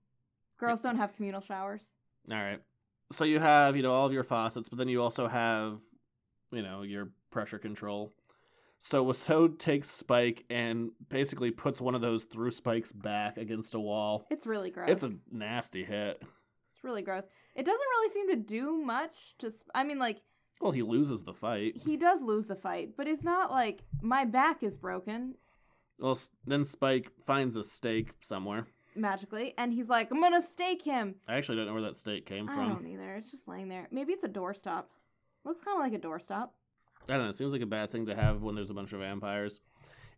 [SPEAKER 4] Girls don't have communal showers.
[SPEAKER 3] All right. So you have, you know, all of your faucets, but then you also have, you know, your pressure control. So Wasode takes Spike and basically puts one of those through Spike's back against a wall.
[SPEAKER 4] It's really gross.
[SPEAKER 3] It's a nasty hit.
[SPEAKER 4] It's really gross. It doesn't really seem to do much to. Sp- I mean, like
[SPEAKER 3] Well, he loses the fight.
[SPEAKER 4] he does lose the fight, but it's not like my back is broken
[SPEAKER 3] Well, s- then Spike finds a stake somewhere.
[SPEAKER 4] magically, and he's like, "I'm gonna stake him."
[SPEAKER 3] I actually don't know where that stake came
[SPEAKER 4] I don't
[SPEAKER 3] from.
[SPEAKER 4] either. It's just laying there. Maybe it's a doorstop. Looks kind of like a doorstop.
[SPEAKER 3] I don't know. It seems like a bad thing to have when there's a bunch of vampires.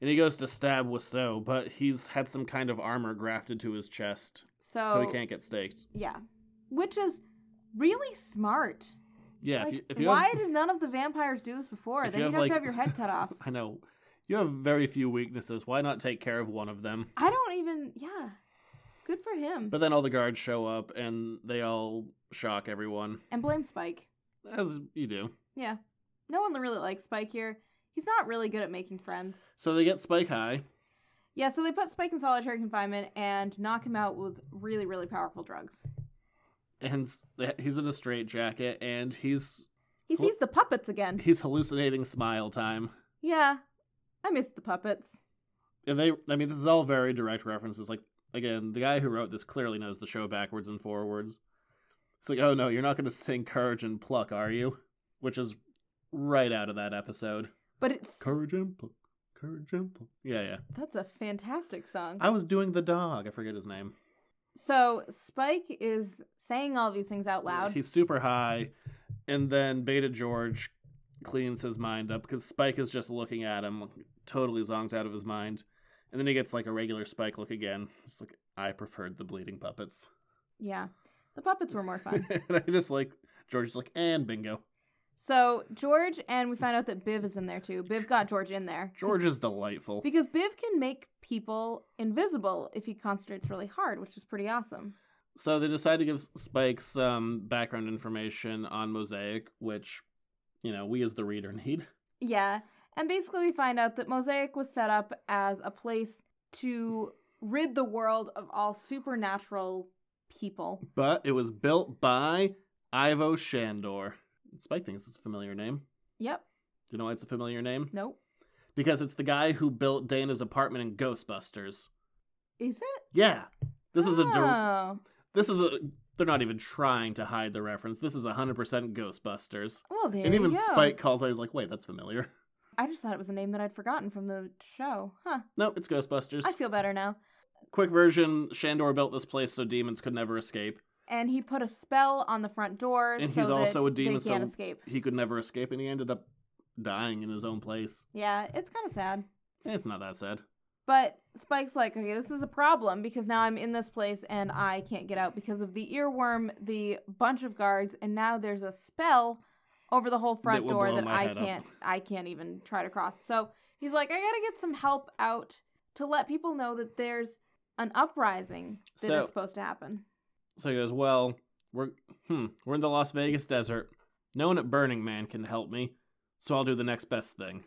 [SPEAKER 3] And he goes to stab Waso, but he's had some kind of armor grafted to his chest,
[SPEAKER 4] So,
[SPEAKER 3] so he can't get staked.
[SPEAKER 4] yeah, which is really smart.
[SPEAKER 3] Yeah,
[SPEAKER 4] Like,
[SPEAKER 3] if you, if you have-
[SPEAKER 4] why did none of the vampires do this before?
[SPEAKER 3] if
[SPEAKER 4] Then
[SPEAKER 3] you
[SPEAKER 4] you'd
[SPEAKER 3] have,
[SPEAKER 4] have
[SPEAKER 3] like-
[SPEAKER 4] to have your head cut off.
[SPEAKER 3] I know. You have very few weaknesses. Why not take care of one of them?
[SPEAKER 4] I don't even. Yeah, good for him.
[SPEAKER 3] But then all the guards show up and they all shock everyone,
[SPEAKER 4] and blame Spike.
[SPEAKER 3] as you do.
[SPEAKER 4] Yeah, no one really likes Spike here. He's not really good at making friends.
[SPEAKER 3] So they get Spike High.
[SPEAKER 4] Yeah, so they put Spike in solitary confinement and knock him out with really, really powerful drugs.
[SPEAKER 3] and s- he's in a straitjacket and he's
[SPEAKER 4] He
[SPEAKER 3] Well-
[SPEAKER 4] sees the puppets again.
[SPEAKER 3] he's hallucinating smile time
[SPEAKER 4] Yeah, I miss the puppets.
[SPEAKER 3] and they i mean this is all very direct references like again the guy who wrote this clearly knows the show backwards and forwards it's like oh no you're not going to sing courage and pluck are you which is right out of that episode
[SPEAKER 4] But it's
[SPEAKER 3] courage and pluck courage and pluck yeah yeah
[SPEAKER 4] that's a fantastic song.
[SPEAKER 3] i was doing the dog i forget his name
[SPEAKER 4] So Spike is saying all these things out loud. Mm-hmm.
[SPEAKER 3] he's super high and then beta george cleans his mind up because spike is just looking at him totally zonked out of his mind and then he gets like a regular spike look again it's like i preferred the bleeding puppets
[SPEAKER 4] yeah, the puppets were more fun.
[SPEAKER 3] and i just like george is like and bingo
[SPEAKER 4] so George and we found out that Biv is in there too. Biv got George in there.
[SPEAKER 3] george is delightful
[SPEAKER 4] Because Biv can make people invisible if he concentrates really hard, which is pretty awesome.
[SPEAKER 3] so they decide to give spike some background information on mosaic which you know we as the reader need
[SPEAKER 4] Yeah. And basically, we find out that Mosaic was set up as a place to rid the world of all supernatural people.
[SPEAKER 3] but it was built by ivo shandor spike thinks it's a familiar name
[SPEAKER 4] Yep.
[SPEAKER 3] Do you know why it's a familiar name?
[SPEAKER 4] Nope.
[SPEAKER 3] Because it's the guy who built Dana's apartment in Ghostbusters.
[SPEAKER 4] Is it?
[SPEAKER 3] Yeah. This is a dir-
[SPEAKER 4] Oh.
[SPEAKER 3] this is a they're not even trying to hide the reference. This is 100% Ghostbusters.
[SPEAKER 4] Well, there
[SPEAKER 3] and even
[SPEAKER 4] you go.
[SPEAKER 3] Spike calls out he's like, "Wait, that's familiar."
[SPEAKER 4] I just thought it was a name that I'd forgotten from the show. Huh.
[SPEAKER 3] No, it's Ghostbusters.
[SPEAKER 4] I feel better now.
[SPEAKER 3] Quick version, Shandor built this place so demons could never escape.
[SPEAKER 4] And he put a spell on the front doors.
[SPEAKER 3] And
[SPEAKER 4] so
[SPEAKER 3] he's
[SPEAKER 4] that
[SPEAKER 3] also a demon,
[SPEAKER 4] They can't
[SPEAKER 3] so-
[SPEAKER 4] escape.
[SPEAKER 3] He could never escape and he ended up dying in his own place.
[SPEAKER 4] Yeah, it's kind of sad.
[SPEAKER 3] Eh, It's not that sad.
[SPEAKER 4] But Spike's like, okay, this is a problem because now I'm in this place and I can't get out because of the earworm, the bunch of guards, and now there's a spell over the whole front
[SPEAKER 3] will
[SPEAKER 4] door
[SPEAKER 3] blow
[SPEAKER 4] that
[SPEAKER 3] my
[SPEAKER 4] I
[SPEAKER 3] head up.
[SPEAKER 4] can't I can't even try to cross. So he's like, I gotta get some help out to let people know that there's an uprising that is
[SPEAKER 3] So-
[SPEAKER 4] supposed to happen.
[SPEAKER 3] So he goes, "Well, we're hmm, we're in the Las Vegas desert. No one at Burning Man can help me, so I'll do the next best thing."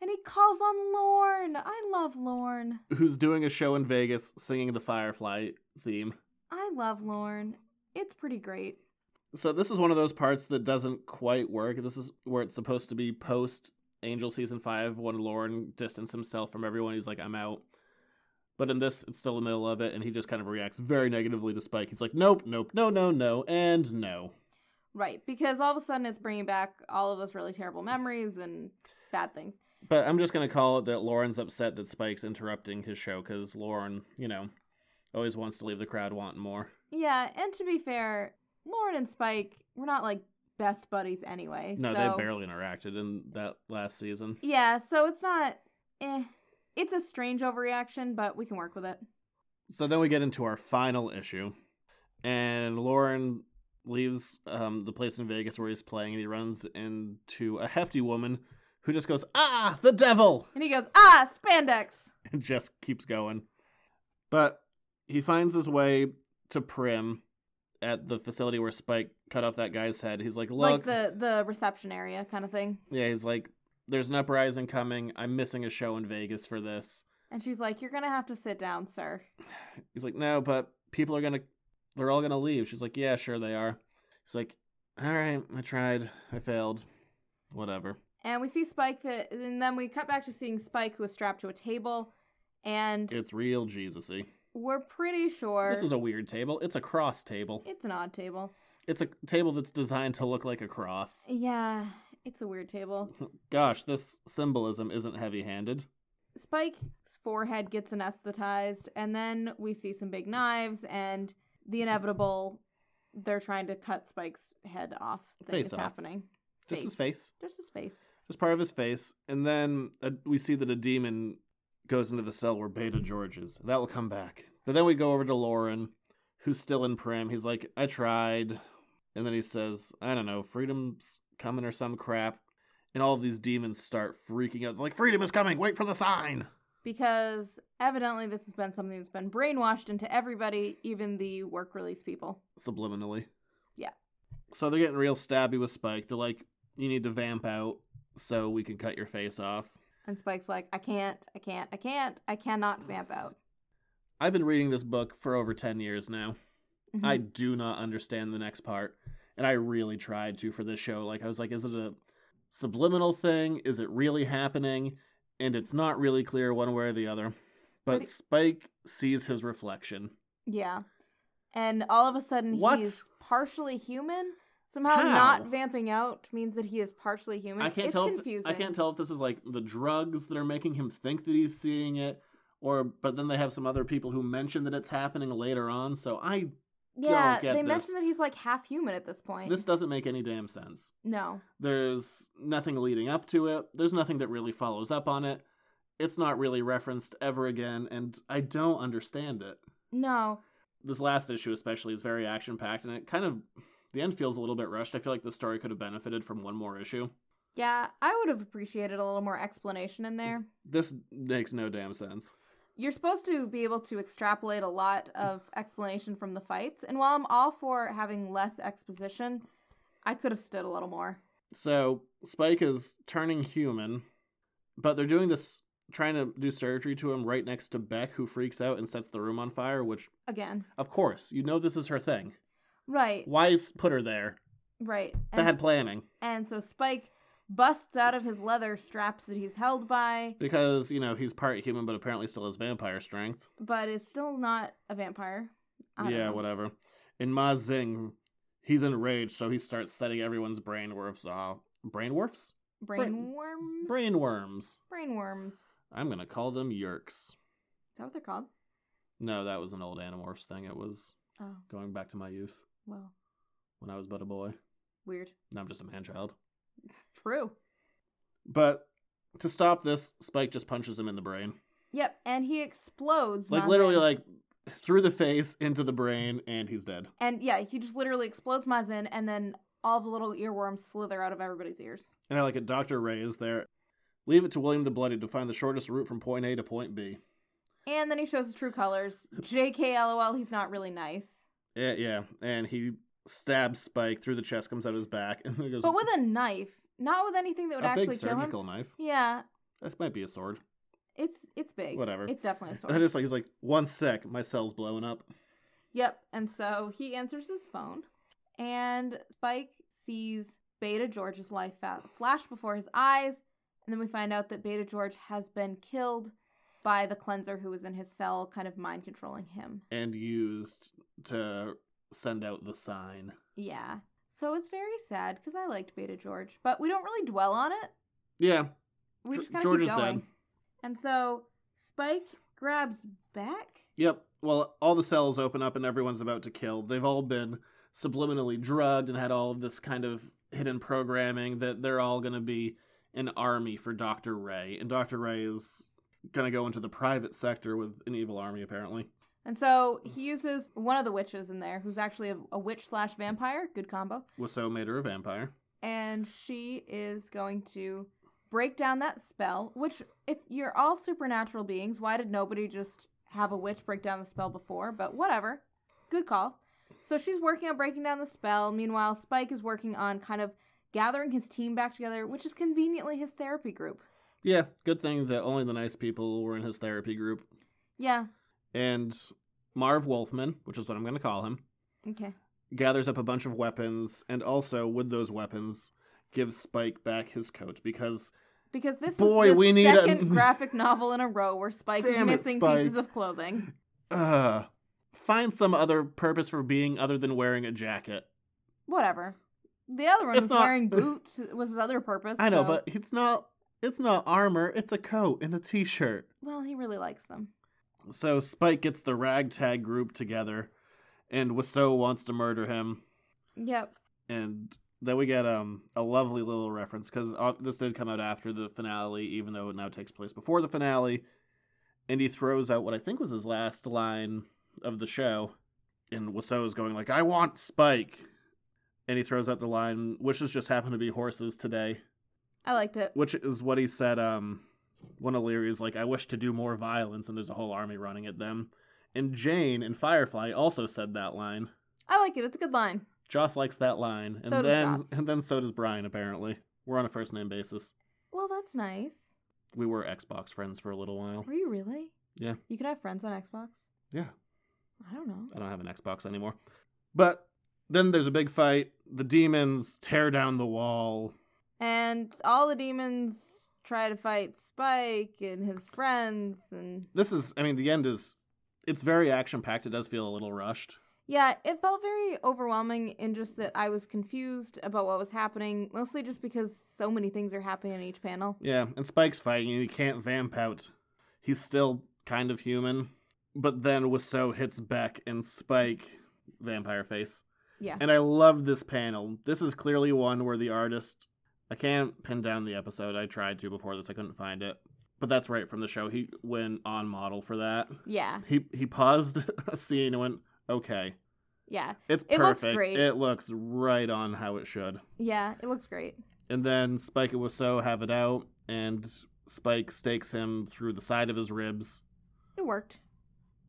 [SPEAKER 4] And he calls on Lorne. I love Lorne.
[SPEAKER 3] Who's doing a show in Vegas singing the Firefly theme?
[SPEAKER 4] I love Lorne. It's pretty great.
[SPEAKER 3] So this is one of those parts that doesn't quite work. This is where it's supposed to be post Angel season five when Lauren distanced himself from everyone. He's like, "I'm out." But in this, it's still the middle of it, and he just kind of reacts very negatively to Spike. He's like, "Nope, nope, no, no, no, and no."
[SPEAKER 4] Right, because all of a sudden it's bringing back all of those really terrible memories and bad things.
[SPEAKER 3] But I'm just gonna call it that Lauren's upset that Spike's interrupting his show because Lauren, you know, always wants to leave the crowd wanting more.
[SPEAKER 4] Yeah, and to be fair, Lauren and Spike were not like best buddies anyway.
[SPEAKER 3] No,
[SPEAKER 4] so...
[SPEAKER 3] they barely interacted in that last season.
[SPEAKER 4] Yeah, so it's not. Eh, it's a strange overreaction, but we can work with it.
[SPEAKER 3] So then we get into our final issue, and Lauren leaves um, the place in Vegas where he's playing, and he runs into a hefty woman who just goes, "Ah, the devil!"
[SPEAKER 4] And he goes, ah, spandex.
[SPEAKER 3] and just keeps going. But he finds his way to Prim at the facility where Spike cut off that guy's head. He's like,
[SPEAKER 4] Like
[SPEAKER 3] "Look."
[SPEAKER 4] the the reception area kind of thing.
[SPEAKER 3] Yeah, he's like, there's an uprising coming. I'm missing a show in Vegas for this.
[SPEAKER 4] And she's like, you're gonna have to sit down, sir.
[SPEAKER 3] He's like, no, but people are going to, they're all going to leave. She's like, yeah, sure they are. He's like, all right, I tried. I failed. Whatever.
[SPEAKER 4] And we see Spike, that, and then we cut back to seeing Spike, who is strapped to a table. And
[SPEAKER 3] It's real Jesusy.
[SPEAKER 4] we're pretty sure
[SPEAKER 3] This is a weird table. It's a cross table.
[SPEAKER 4] it's an odd table.
[SPEAKER 3] It's a table that's designed to look like a cross.
[SPEAKER 4] Yeah, it's a weird table.
[SPEAKER 3] Gosh, this symbolism isn't heavy-handed.
[SPEAKER 4] Spike's forehead gets anesthetized, and then we see some big knives and the inevitable. They're trying to cut Spike's head off. Thing
[SPEAKER 3] Face
[SPEAKER 4] is
[SPEAKER 3] off.
[SPEAKER 4] happening.
[SPEAKER 3] Just his face.
[SPEAKER 4] Just his face.
[SPEAKER 3] Just part of his face. And then uh, we see that a demon goes into the cell where Beta George is. That will come back. But then we go over to Lauren, who's still in Prim. He's like, I tried. And then he says, I don't know, freedom's coming or some crap. And all these demons start freaking out. They're like, freedom is coming. Wait for the sign.
[SPEAKER 4] Because evidently, this has been something that's been brainwashed into everybody, even the work release people.
[SPEAKER 3] subliminally.
[SPEAKER 4] Yeah.
[SPEAKER 3] So they're getting real stabby with Spike. They're like, you need to vamp out so we can cut your face off.
[SPEAKER 4] And Spike's like, I can't, I can't, I can't, I cannot vamp out.
[SPEAKER 3] I've been reading this book for over 10 years now.
[SPEAKER 4] Mhm.
[SPEAKER 3] I do not understand the next part. And I really tried to for this show. Like, I was like, is it a subliminal thing? Is it really happening? And it's not really clear one way or the other. But,
[SPEAKER 4] But it-
[SPEAKER 3] Spike sees his reflection.
[SPEAKER 4] Yeah. And all of a sudden,
[SPEAKER 3] What?
[SPEAKER 4] he's partially human. Somehow,
[SPEAKER 3] How?
[SPEAKER 4] not vamping out means that he is partially human.
[SPEAKER 3] I can't
[SPEAKER 4] it's
[SPEAKER 3] tell. If,
[SPEAKER 4] confusing.
[SPEAKER 3] I can't tell if this is like the drugs that are making him think that he's seeing it, or but then they have some other people who mention that it's happening later on. So I
[SPEAKER 4] Yeah,
[SPEAKER 3] get
[SPEAKER 4] they
[SPEAKER 3] this.
[SPEAKER 4] mentioned that he's like half human at this point.
[SPEAKER 3] this doesn't make any damn sense.
[SPEAKER 4] no.
[SPEAKER 3] There's nothing leading up to it. There's nothing that really follows up on it. It's not really referenced ever again, and I don't understand it.
[SPEAKER 4] No.
[SPEAKER 3] This last issue, especially, is very action packed, and it kind of the end feels a little bit rushed. I feel like the story could have benefited from one more issue.
[SPEAKER 4] Yeah, I would have appreciated a little more explanation in there.
[SPEAKER 3] This makes no damn sense.
[SPEAKER 4] You're supposed to be able to extrapolate a lot of explanation from the fights, and while I'm all for having less exposition, I could have stood a little more.
[SPEAKER 3] So Spike is turning human, but they're doing this trying to do surgery to him right next to Beck, who freaks out and sets the room on fire, which
[SPEAKER 4] Again.
[SPEAKER 3] of course, you know this is her thing.
[SPEAKER 4] Right,
[SPEAKER 3] Why s- put her there?
[SPEAKER 4] right.
[SPEAKER 3] Bad
[SPEAKER 4] And,
[SPEAKER 3] planning.
[SPEAKER 4] and so Spike busts out of his leather straps that he's held by,
[SPEAKER 3] Because, you know, he's part human but apparently still has vampire strength.
[SPEAKER 4] but is still not a vampire. I don't
[SPEAKER 3] Yeah,
[SPEAKER 4] know.
[SPEAKER 3] whatever. And Ma Zing, he's enraged, so he starts setting everyone's brainworms off. Brainworms?
[SPEAKER 4] Brain worms?
[SPEAKER 3] Brainworms.
[SPEAKER 4] Brain worms. Is
[SPEAKER 3] I'm gonna call them yerks.
[SPEAKER 4] that what they're called?
[SPEAKER 3] No, that was an old Animorphs thing. It was
[SPEAKER 4] Oh,
[SPEAKER 3] going back to my youth.
[SPEAKER 4] well,
[SPEAKER 3] when I was but a boy.
[SPEAKER 4] weird.
[SPEAKER 3] Now I'm just a man child.
[SPEAKER 4] True.
[SPEAKER 3] But to stop this, Spike just punches him in the brain.
[SPEAKER 4] Yep, and he explodes.
[SPEAKER 3] Like
[SPEAKER 4] Mazin.
[SPEAKER 3] literally like through the face into the brain and he's dead.
[SPEAKER 4] And yeah, he just literally explodes Mazin, and then all the little earworms slither out of everybody's ears.
[SPEAKER 3] And I like it Dr. Ray is there. Leave it to William the Bloody to find the shortest route from point A to point B.
[SPEAKER 4] And then he shows his true colors. JK LOL, he's not really nice.
[SPEAKER 3] Yeah, yeah. And he stabs Spike through the chest, comes out his back, and he goes
[SPEAKER 4] But with a knife, not with anything that would
[SPEAKER 3] a
[SPEAKER 4] actually
[SPEAKER 3] big
[SPEAKER 4] kill
[SPEAKER 3] surgical
[SPEAKER 4] him.
[SPEAKER 3] knife.
[SPEAKER 4] Yeah,
[SPEAKER 3] This might be a sword.
[SPEAKER 4] it's it's big.
[SPEAKER 3] Whatever.
[SPEAKER 4] It's definitely
[SPEAKER 3] And
[SPEAKER 4] a sword.
[SPEAKER 3] it's like he's like, one sec, my cell's blowing up.
[SPEAKER 4] Yep. And so he answers his phone, and Spike sees Beta George's life fa- flash before his eyes, and then we find out that Beta George has been killed by the cleanser who was in his cell, kind of mind controlling him.
[SPEAKER 3] And used to send out the sign.
[SPEAKER 4] Yeah. So it's very sad because I liked Beta George, but we don't really dwell on it.
[SPEAKER 3] Yeah.
[SPEAKER 4] We just kind of
[SPEAKER 3] George
[SPEAKER 4] keep
[SPEAKER 3] is
[SPEAKER 4] going.
[SPEAKER 3] dead.
[SPEAKER 4] And so Spike grabs Beck.
[SPEAKER 3] Yep. Well, all the cells open up and everyone's about to kill. They've all been subliminally drugged and had all of this kind of hidden programming that they're all going to be an army for Dr. Ray. And Dr. Ray is going to go into the private sector with an evil army, apparently.
[SPEAKER 4] And so he uses one of the witches in there, who's actually a, a witch slash vampire. Good combo.
[SPEAKER 3] Wasso made her a vampire.
[SPEAKER 4] And she is going to break down that spell, which, if you're all supernatural beings, why did nobody just have a witch break down the spell before? But whatever. Good call. So she's working on breaking down the spell. Meanwhile, Spike is working on kind of gathering his team back together, which is conveniently his therapy group.
[SPEAKER 3] Yeah, good thing that only the nice people were in his therapy group.
[SPEAKER 4] Yeah.
[SPEAKER 3] And Marv Wolfman, which is what I'm going to call him,
[SPEAKER 4] Okay.
[SPEAKER 3] gathers up a bunch of weapons and also, with those weapons, gives Spike back his coat because
[SPEAKER 4] Because this
[SPEAKER 3] Boy,
[SPEAKER 4] is the
[SPEAKER 3] we need a-
[SPEAKER 4] second graphic novel in a row where Spike is
[SPEAKER 3] Damn it,
[SPEAKER 4] missing
[SPEAKER 3] Spike.
[SPEAKER 4] pieces of clothing.
[SPEAKER 3] uh find some other purpose for being other than wearing a jacket.
[SPEAKER 4] Whatever. The other one
[SPEAKER 3] It's
[SPEAKER 4] was
[SPEAKER 3] not-
[SPEAKER 4] wearing boots was his other purpose.
[SPEAKER 3] I know,
[SPEAKER 4] so-
[SPEAKER 3] but it's not it's not armor, it's a coat and a t-shirt.
[SPEAKER 4] well, he really likes them.
[SPEAKER 3] So Spike gets the ragtag group together and Wiseau wants to murder him
[SPEAKER 4] Yep.
[SPEAKER 3] and then we get um a lovely little reference cuz uh, this did come out after the finale even though it now takes place before the finale and he throws out what I think was his last line of the show and Wiseau is going like I want Spike and he throws out the line wishes just happen to be horses today
[SPEAKER 4] I liked it.
[SPEAKER 3] which is what he said um when O'Leary's like, I wish to do more violence and there's a whole army running at them. And Jane in Firefly also said that line.
[SPEAKER 4] I like it. It's a good line.
[SPEAKER 3] Joss likes that line. And
[SPEAKER 4] So does
[SPEAKER 3] then
[SPEAKER 4] Joss.
[SPEAKER 3] and then so does Brian, apparently. We're on a first name basis.
[SPEAKER 4] Well, that's nice.
[SPEAKER 3] We were Xbox friends for a little while.
[SPEAKER 4] Were you really?
[SPEAKER 3] Yeah.
[SPEAKER 4] You could have friends on Xbox?
[SPEAKER 3] Yeah.
[SPEAKER 4] I don't know.
[SPEAKER 3] I don't have an Xbox anymore. But then there's a big fight. The demons tear down the wall.
[SPEAKER 4] And all the demons try to fight Spike and his friends and
[SPEAKER 3] This is I mean, the end is it's very action packed. It does feel a little rushed.
[SPEAKER 4] Yeah, it felt very overwhelming in just that I was confused about what was happening, mostly just because so many things are happening in each panel.
[SPEAKER 3] Yeah, and Spike's fighting and he can't vamp out. He's still kind of human. But then Wiseau hits Beck and Spike vampire face.
[SPEAKER 4] Yeah.
[SPEAKER 3] And I love this panel. This is clearly one where the artist I can't pin down the episode. I tried to before this, I couldn't find it. But that's right from the show. He went on model for that.
[SPEAKER 4] Yeah,
[SPEAKER 3] He he paused a scene and went, Okay.
[SPEAKER 4] yeah,
[SPEAKER 3] It's
[SPEAKER 4] It looks
[SPEAKER 3] perfect.
[SPEAKER 4] great.
[SPEAKER 3] It looks right on how it should.
[SPEAKER 4] yeah, it looks great.
[SPEAKER 3] And then Spike and Wiseau have it out, and Spike stakes him through the side of his ribs.
[SPEAKER 4] It worked.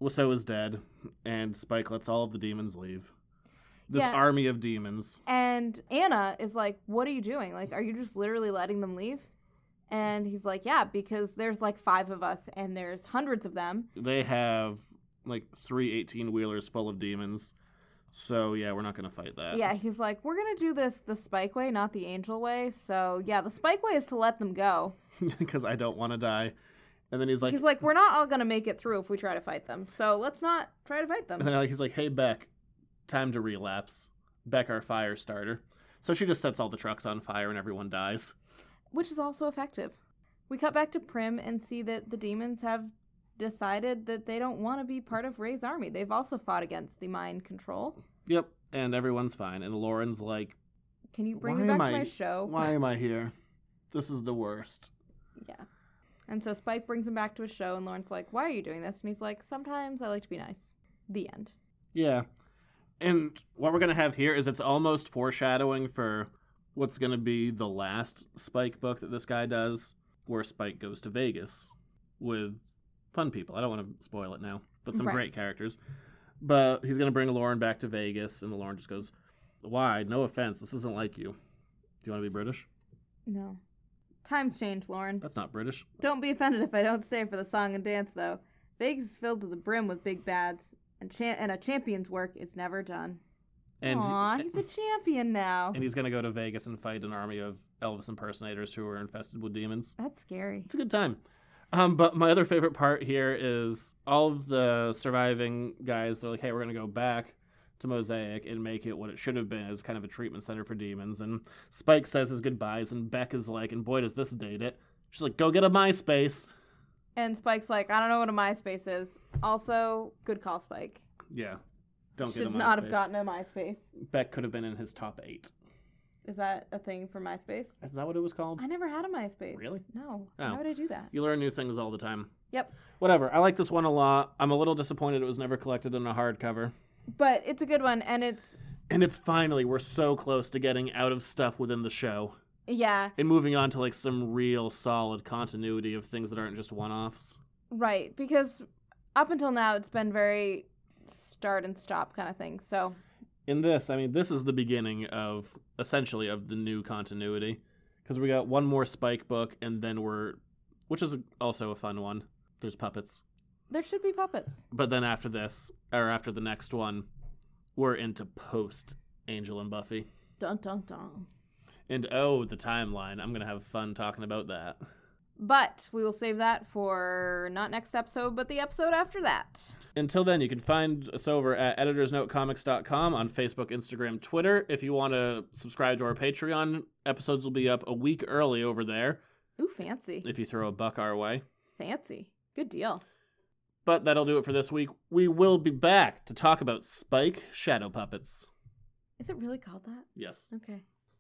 [SPEAKER 3] Wiseau is dead, and Spike lets all of the demons leave. This
[SPEAKER 4] Yeah.
[SPEAKER 3] army of demons.
[SPEAKER 4] And Anna is like, What are you doing? Like, are you just literally letting them leave? And he's like, Yeah, because there's like five of us and there's hundreds of them.
[SPEAKER 3] They have like three 18 wheelers full of demons. So, yeah, we're not going to fight that.
[SPEAKER 4] Yeah, he's like, We're gonna do this the Spike way, not the Angel way. So, yeah, the Spike way is to let them go.
[SPEAKER 3] Because I don't want to die. And then he's like,
[SPEAKER 4] He's like, We're not all gonna make it through if we try to fight them. So, let's not try to fight them.
[SPEAKER 3] and then he's like, hey, Beck, time to relapse. Beck, our fire starter. So she just sets all the trucks on fire and everyone dies.
[SPEAKER 4] which is also effective. We cut back to Prim and see that the demons have decided that they don't want to be part of Ray's army. They've also fought against the mind control.
[SPEAKER 3] Yep. And everyone's fine. And Lauren's like,
[SPEAKER 4] Can you bring
[SPEAKER 3] Why
[SPEAKER 4] me back
[SPEAKER 3] am
[SPEAKER 4] to my
[SPEAKER 3] I-
[SPEAKER 4] show?
[SPEAKER 3] Why am I here? This is the worst.
[SPEAKER 4] Yeah. And so Spike brings him back to his show, and Lauren's like, Why are you doing this? And he's like, Sometimes I like to be nice. The end.
[SPEAKER 3] Yeah. And what we're going to have here is it's almost foreshadowing for what's going to be the last Spike book that this guy does, where Spike goes to Vegas with fun people. I don't want to spoil it now, but some
[SPEAKER 4] Right.
[SPEAKER 3] great characters. But he's going to bring Lauren back to Vegas, and Lauren just goes, Why? No offense. This isn't like you. Do you want to be British?
[SPEAKER 4] No. Times change, Lauren.
[SPEAKER 3] That's not British.
[SPEAKER 4] Don't be offended if I don't stay for the song and dance, though. Vegas is filled to the brim with big bads, and, cha- and a champion's work is never done.
[SPEAKER 3] And
[SPEAKER 4] Aw, he's a champion now.
[SPEAKER 3] and he's going to go to Vegas and fight an army of Elvis impersonators who are infested with demons.
[SPEAKER 4] That's scary.
[SPEAKER 3] It's a good time. Um, but my other favorite part here is all of the surviving guys. They're like, "Hey, we're going to go back to Mosaic and make it what it should have been as kind of a treatment center for demons." And Spike says his goodbyes, and Beck is like, "And boy, does this date it." She's like, "Go get a MySpace."
[SPEAKER 4] And Spike's like, I don't know what a MySpace is. Also, good call, Spike.
[SPEAKER 3] Yeah, don't get a
[SPEAKER 4] Should
[SPEAKER 3] MySpace.
[SPEAKER 4] not have gotten a MySpace.
[SPEAKER 3] Beck could have been in his top eight.
[SPEAKER 4] Is that a thing for MySpace?
[SPEAKER 3] Is that what it was called?
[SPEAKER 4] I never had a MySpace.
[SPEAKER 3] Really?
[SPEAKER 4] No.
[SPEAKER 3] Oh.
[SPEAKER 4] How would I do that?
[SPEAKER 3] You learn new things all the time.
[SPEAKER 4] Yep.
[SPEAKER 3] Whatever. I like this one a lot. I'm a little disappointed it was never collected in a hardcover.
[SPEAKER 4] But it's a good one, and it's
[SPEAKER 3] And it's finally, we're so close to getting out of stuff within the show
[SPEAKER 4] yeah,
[SPEAKER 3] and moving on to like some real solid continuity of things that aren't just one offs.
[SPEAKER 4] right. Because up until now, it's been very start and stop kind of thing. So
[SPEAKER 3] In this, I mean, this is the beginning of essentially of the new continuity because we got one more Spike book and then we're, which is also a fun one. There's puppets.
[SPEAKER 4] there should be puppets.
[SPEAKER 3] But then after this, or after the next one, we're into post Angel and Buffy.
[SPEAKER 4] Dun dun dun.
[SPEAKER 3] And oh, the timeline. I'm going to have fun talking about that.
[SPEAKER 4] But we will save that for not next episode, but the episode after that.
[SPEAKER 3] Until then, you can find us over at editorsnotecomics.com on Facebook, Instagram, Twitter. If you want to subscribe to our Patreon, episodes will be up a week early over there
[SPEAKER 4] Ooh, fancy.
[SPEAKER 3] if you throw a buck our way.
[SPEAKER 4] Fancy. Good deal.
[SPEAKER 3] But that'll do it for this week. We will be back to talk about Spike Shadow Puppets.
[SPEAKER 4] Is it really called that?
[SPEAKER 3] Yes.
[SPEAKER 4] Okay.